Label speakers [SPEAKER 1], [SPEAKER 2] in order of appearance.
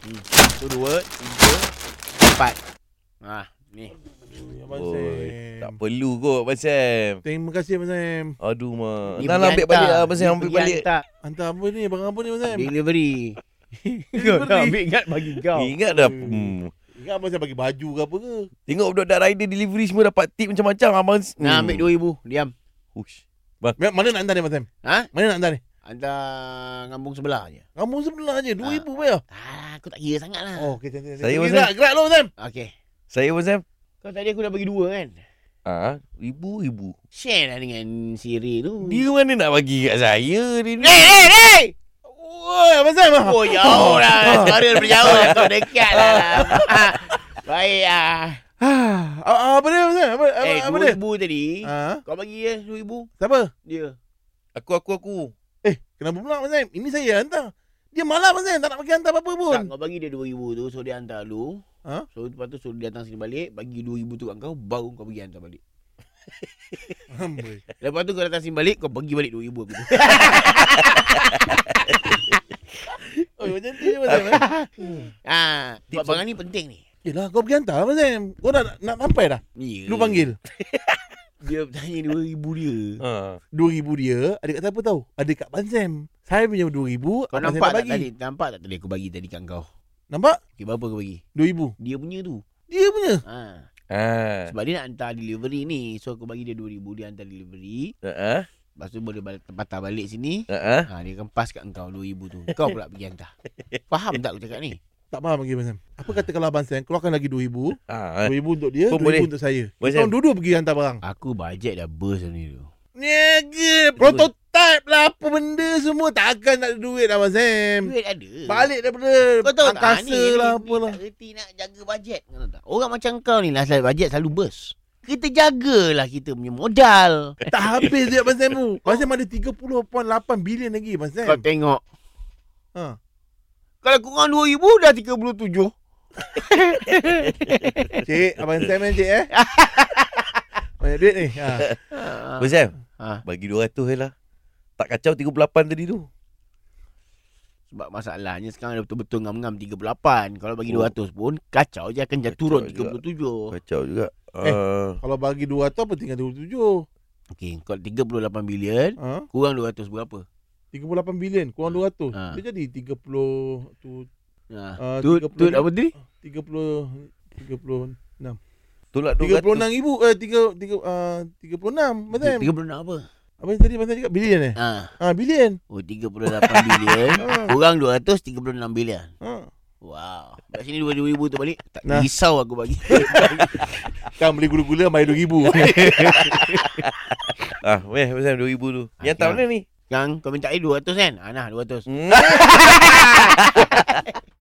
[SPEAKER 1] Hmm. Tu dua, tiga, empat. Ha, ni.
[SPEAKER 2] Abang
[SPEAKER 3] Oi, tak
[SPEAKER 2] Sam.
[SPEAKER 3] perlu kot Abang Sam.
[SPEAKER 2] Terima kasih Abang Sam.
[SPEAKER 3] Aduh mak.
[SPEAKER 1] Ni
[SPEAKER 3] Dah
[SPEAKER 1] pergi
[SPEAKER 3] ambil
[SPEAKER 1] hantar.
[SPEAKER 3] balik lah Abang Sam
[SPEAKER 1] Ni
[SPEAKER 3] ambil
[SPEAKER 1] pergi
[SPEAKER 3] balik. Kan?
[SPEAKER 1] hantar.
[SPEAKER 2] Hantar apa ni? Barang apa ni Abang Sam?
[SPEAKER 1] Delivery. Kau nak ambil ingat bagi kau.
[SPEAKER 3] Ingat dah.
[SPEAKER 2] Hmm.
[SPEAKER 3] Hmm.
[SPEAKER 2] Ingat Abang Sam bagi baju ke apa ke?
[SPEAKER 3] Tengok budak-budak rider delivery semua dapat tip macam-macam Abang. Hmm.
[SPEAKER 1] Nak ambil dua ribu. Diam.
[SPEAKER 3] Ush.
[SPEAKER 2] Ma- Mana nak hantar ni Abang Sam?
[SPEAKER 1] Ha?
[SPEAKER 2] Mana nak hantar ni?
[SPEAKER 1] Hantar kampung sebelah je.
[SPEAKER 2] Kamu sebelah je.
[SPEAKER 1] Ah.
[SPEAKER 2] RM2,000 bayar.
[SPEAKER 1] Ah, aku tak kira sangat lah.
[SPEAKER 2] Oh, okay. Saya
[SPEAKER 3] Saya, Abang Sam.
[SPEAKER 2] Gerak, gerak lo Abang Sam.
[SPEAKER 1] Okey.
[SPEAKER 3] Saya Abang Sam.
[SPEAKER 1] Kau tadi aku dah bagi dua kan?
[SPEAKER 3] Ah, ibu ibu.
[SPEAKER 1] Share lah dengan Siri tu.
[SPEAKER 3] Hmm. Dia mana nak bagi kat saya dia ni.
[SPEAKER 1] Hey, hey, hey!
[SPEAKER 2] Oi, Abang Sam. ah.
[SPEAKER 1] Oh, jauh lah. Suara daripada jauh lah. Kau dekat lah. Ah, Baik lah.
[SPEAKER 2] Ah, ah, ah, Apa dia Abang Sam? Apa, apa,
[SPEAKER 1] Eh,
[SPEAKER 2] apa dia?
[SPEAKER 1] RM2,000 tadi.
[SPEAKER 2] Ah,
[SPEAKER 1] Kau bagi dia RM2,000.
[SPEAKER 2] siapa?
[SPEAKER 1] Dia.
[SPEAKER 3] Aku aku aku.
[SPEAKER 2] Kenapa pula Abang Sam? Ini saya hantar. Dia malah Abang Sam. Tak nak bagi hantar apa-apa pun.
[SPEAKER 1] Tak, kau bagi dia RM2,000 tu. So, dia hantar lu.
[SPEAKER 2] Ha?
[SPEAKER 1] So, lepas tu suruh dia datang sini balik. Bagi RM2,000 tu kat kau. Baru kau pergi hantar balik.
[SPEAKER 2] Amboi.
[SPEAKER 1] Lepas tu kau datang sini balik. Kau bagi balik RM2,000 aku tu.
[SPEAKER 2] Oi, macam tu je Abang Sam. eh.
[SPEAKER 1] ah, sebab
[SPEAKER 3] Tips-
[SPEAKER 1] barang ni penting ni.
[SPEAKER 2] Yelah, kau pergi hantar Abang Sam. Kau dah nak sampai dah?
[SPEAKER 1] Ya.
[SPEAKER 2] Lu panggil.
[SPEAKER 1] Dia tanya RM2,000 dia.
[SPEAKER 3] Ha.
[SPEAKER 2] RM2,000 dia ada kat siapa tahu? Ada kat Abang Sam. Saya punya RM2,000.
[SPEAKER 1] Kau
[SPEAKER 2] Abang Sam
[SPEAKER 1] nampak
[SPEAKER 2] tak
[SPEAKER 1] tak tadi? Nampak tak tadi aku bagi tadi kat kau?
[SPEAKER 2] Nampak?
[SPEAKER 1] Okay, berapa kau bagi?
[SPEAKER 2] RM2,000.
[SPEAKER 1] Dia punya tu.
[SPEAKER 2] Dia punya.
[SPEAKER 1] Ha.
[SPEAKER 3] Ha.
[SPEAKER 1] Sebab dia nak hantar delivery ni. So aku bagi dia RM2,000 dia hantar delivery.
[SPEAKER 3] Ha.
[SPEAKER 1] Lepas tu boleh balik, patah balik sini.
[SPEAKER 3] Ha.
[SPEAKER 1] Ha, dia kempas kat engkau RM2,000 tu. Kau pula pergi hantar. Faham tak aku cakap ni?
[SPEAKER 2] Tak faham lagi Abang Sam. Apa kata kalau Abang Sam keluarkan lagi RM2,000.
[SPEAKER 3] Ha.
[SPEAKER 2] RM2,000 untuk dia,
[SPEAKER 3] Pun
[SPEAKER 2] RM2,000
[SPEAKER 3] boleh.
[SPEAKER 2] untuk saya.
[SPEAKER 3] Abang
[SPEAKER 2] Kita
[SPEAKER 3] Sam.
[SPEAKER 2] orang dua-dua pergi hantar barang.
[SPEAKER 1] Aku bajet dah burst ni tu.
[SPEAKER 2] Niaga prototype lah apa benda semua takkan nak ada duit lah Abang Sam.
[SPEAKER 1] Duit ada.
[SPEAKER 2] Balik daripada
[SPEAKER 1] Kau tahu tak Ah,
[SPEAKER 2] angkasa
[SPEAKER 1] ni, ni,
[SPEAKER 2] lah
[SPEAKER 1] ni
[SPEAKER 2] apa lah.
[SPEAKER 1] tak reti nak jaga bajet. Kau tahu tak? Orang macam kau ni lah selalu bajet selalu burst. Kita jagalah kita punya modal.
[SPEAKER 2] Tak habis duit Abang Sam tu. Abang Sam ada 30.8 bilion lagi Abang
[SPEAKER 1] Kau
[SPEAKER 2] Sam.
[SPEAKER 1] tengok.
[SPEAKER 2] Ha.
[SPEAKER 1] Kalau kurang RM2,000 dah RM37.
[SPEAKER 2] Cik, Abang Sam kan cik eh. Banyak duit ni. Ha.
[SPEAKER 1] Ha.
[SPEAKER 3] Abang Sam.
[SPEAKER 1] Ha.
[SPEAKER 3] Bagi 200 je lah. Tak kacau 38 tadi tu.
[SPEAKER 1] Sebab masalahnya sekarang dah betul-betul ngam-ngam 38. Kalau bagi
[SPEAKER 3] Oh.
[SPEAKER 1] 200 pun kacau je akan jatuh
[SPEAKER 3] Kacau
[SPEAKER 1] turun
[SPEAKER 3] juga.
[SPEAKER 1] 37.
[SPEAKER 3] Kacau juga.
[SPEAKER 2] Eh.
[SPEAKER 3] Uh,
[SPEAKER 2] Kalau bagi 200 apa tinggal 27.
[SPEAKER 1] Okey, kau 38 bilion,
[SPEAKER 2] Ha?
[SPEAKER 1] kurang 200 berapa?
[SPEAKER 2] 38 bilion kurang 200.
[SPEAKER 1] Ha.
[SPEAKER 2] Dia jadi 30 tu
[SPEAKER 1] Ha.
[SPEAKER 2] uh,
[SPEAKER 1] Tut, tut apa tadi?
[SPEAKER 2] 30 30
[SPEAKER 3] tolak 200.
[SPEAKER 2] 36 ribu eh 3 3 uh, 36 Abang Sam.
[SPEAKER 1] 36 apa?
[SPEAKER 2] Abang tadi Abang Sam cakap bilion eh?
[SPEAKER 1] Ha.
[SPEAKER 2] Ha bilion.
[SPEAKER 1] Oh, 38 bilion, kurang 200 36 bilion.
[SPEAKER 2] Ha.
[SPEAKER 1] Wow. Kat sini 2000 tu balik. Tak
[SPEAKER 2] Nah.
[SPEAKER 1] nah. risau aku bagi.
[SPEAKER 2] Kan beli gula-gula bayar RM2,000
[SPEAKER 3] Ah, weh, Abang Sam 2000 tu.
[SPEAKER 1] Ah,
[SPEAKER 3] Yang tahun Hmm.
[SPEAKER 1] kira.
[SPEAKER 3] ni.
[SPEAKER 1] Ah, Kang, kau minta air 200 kan? Ha, nah, 200.
[SPEAKER 3] Hmm.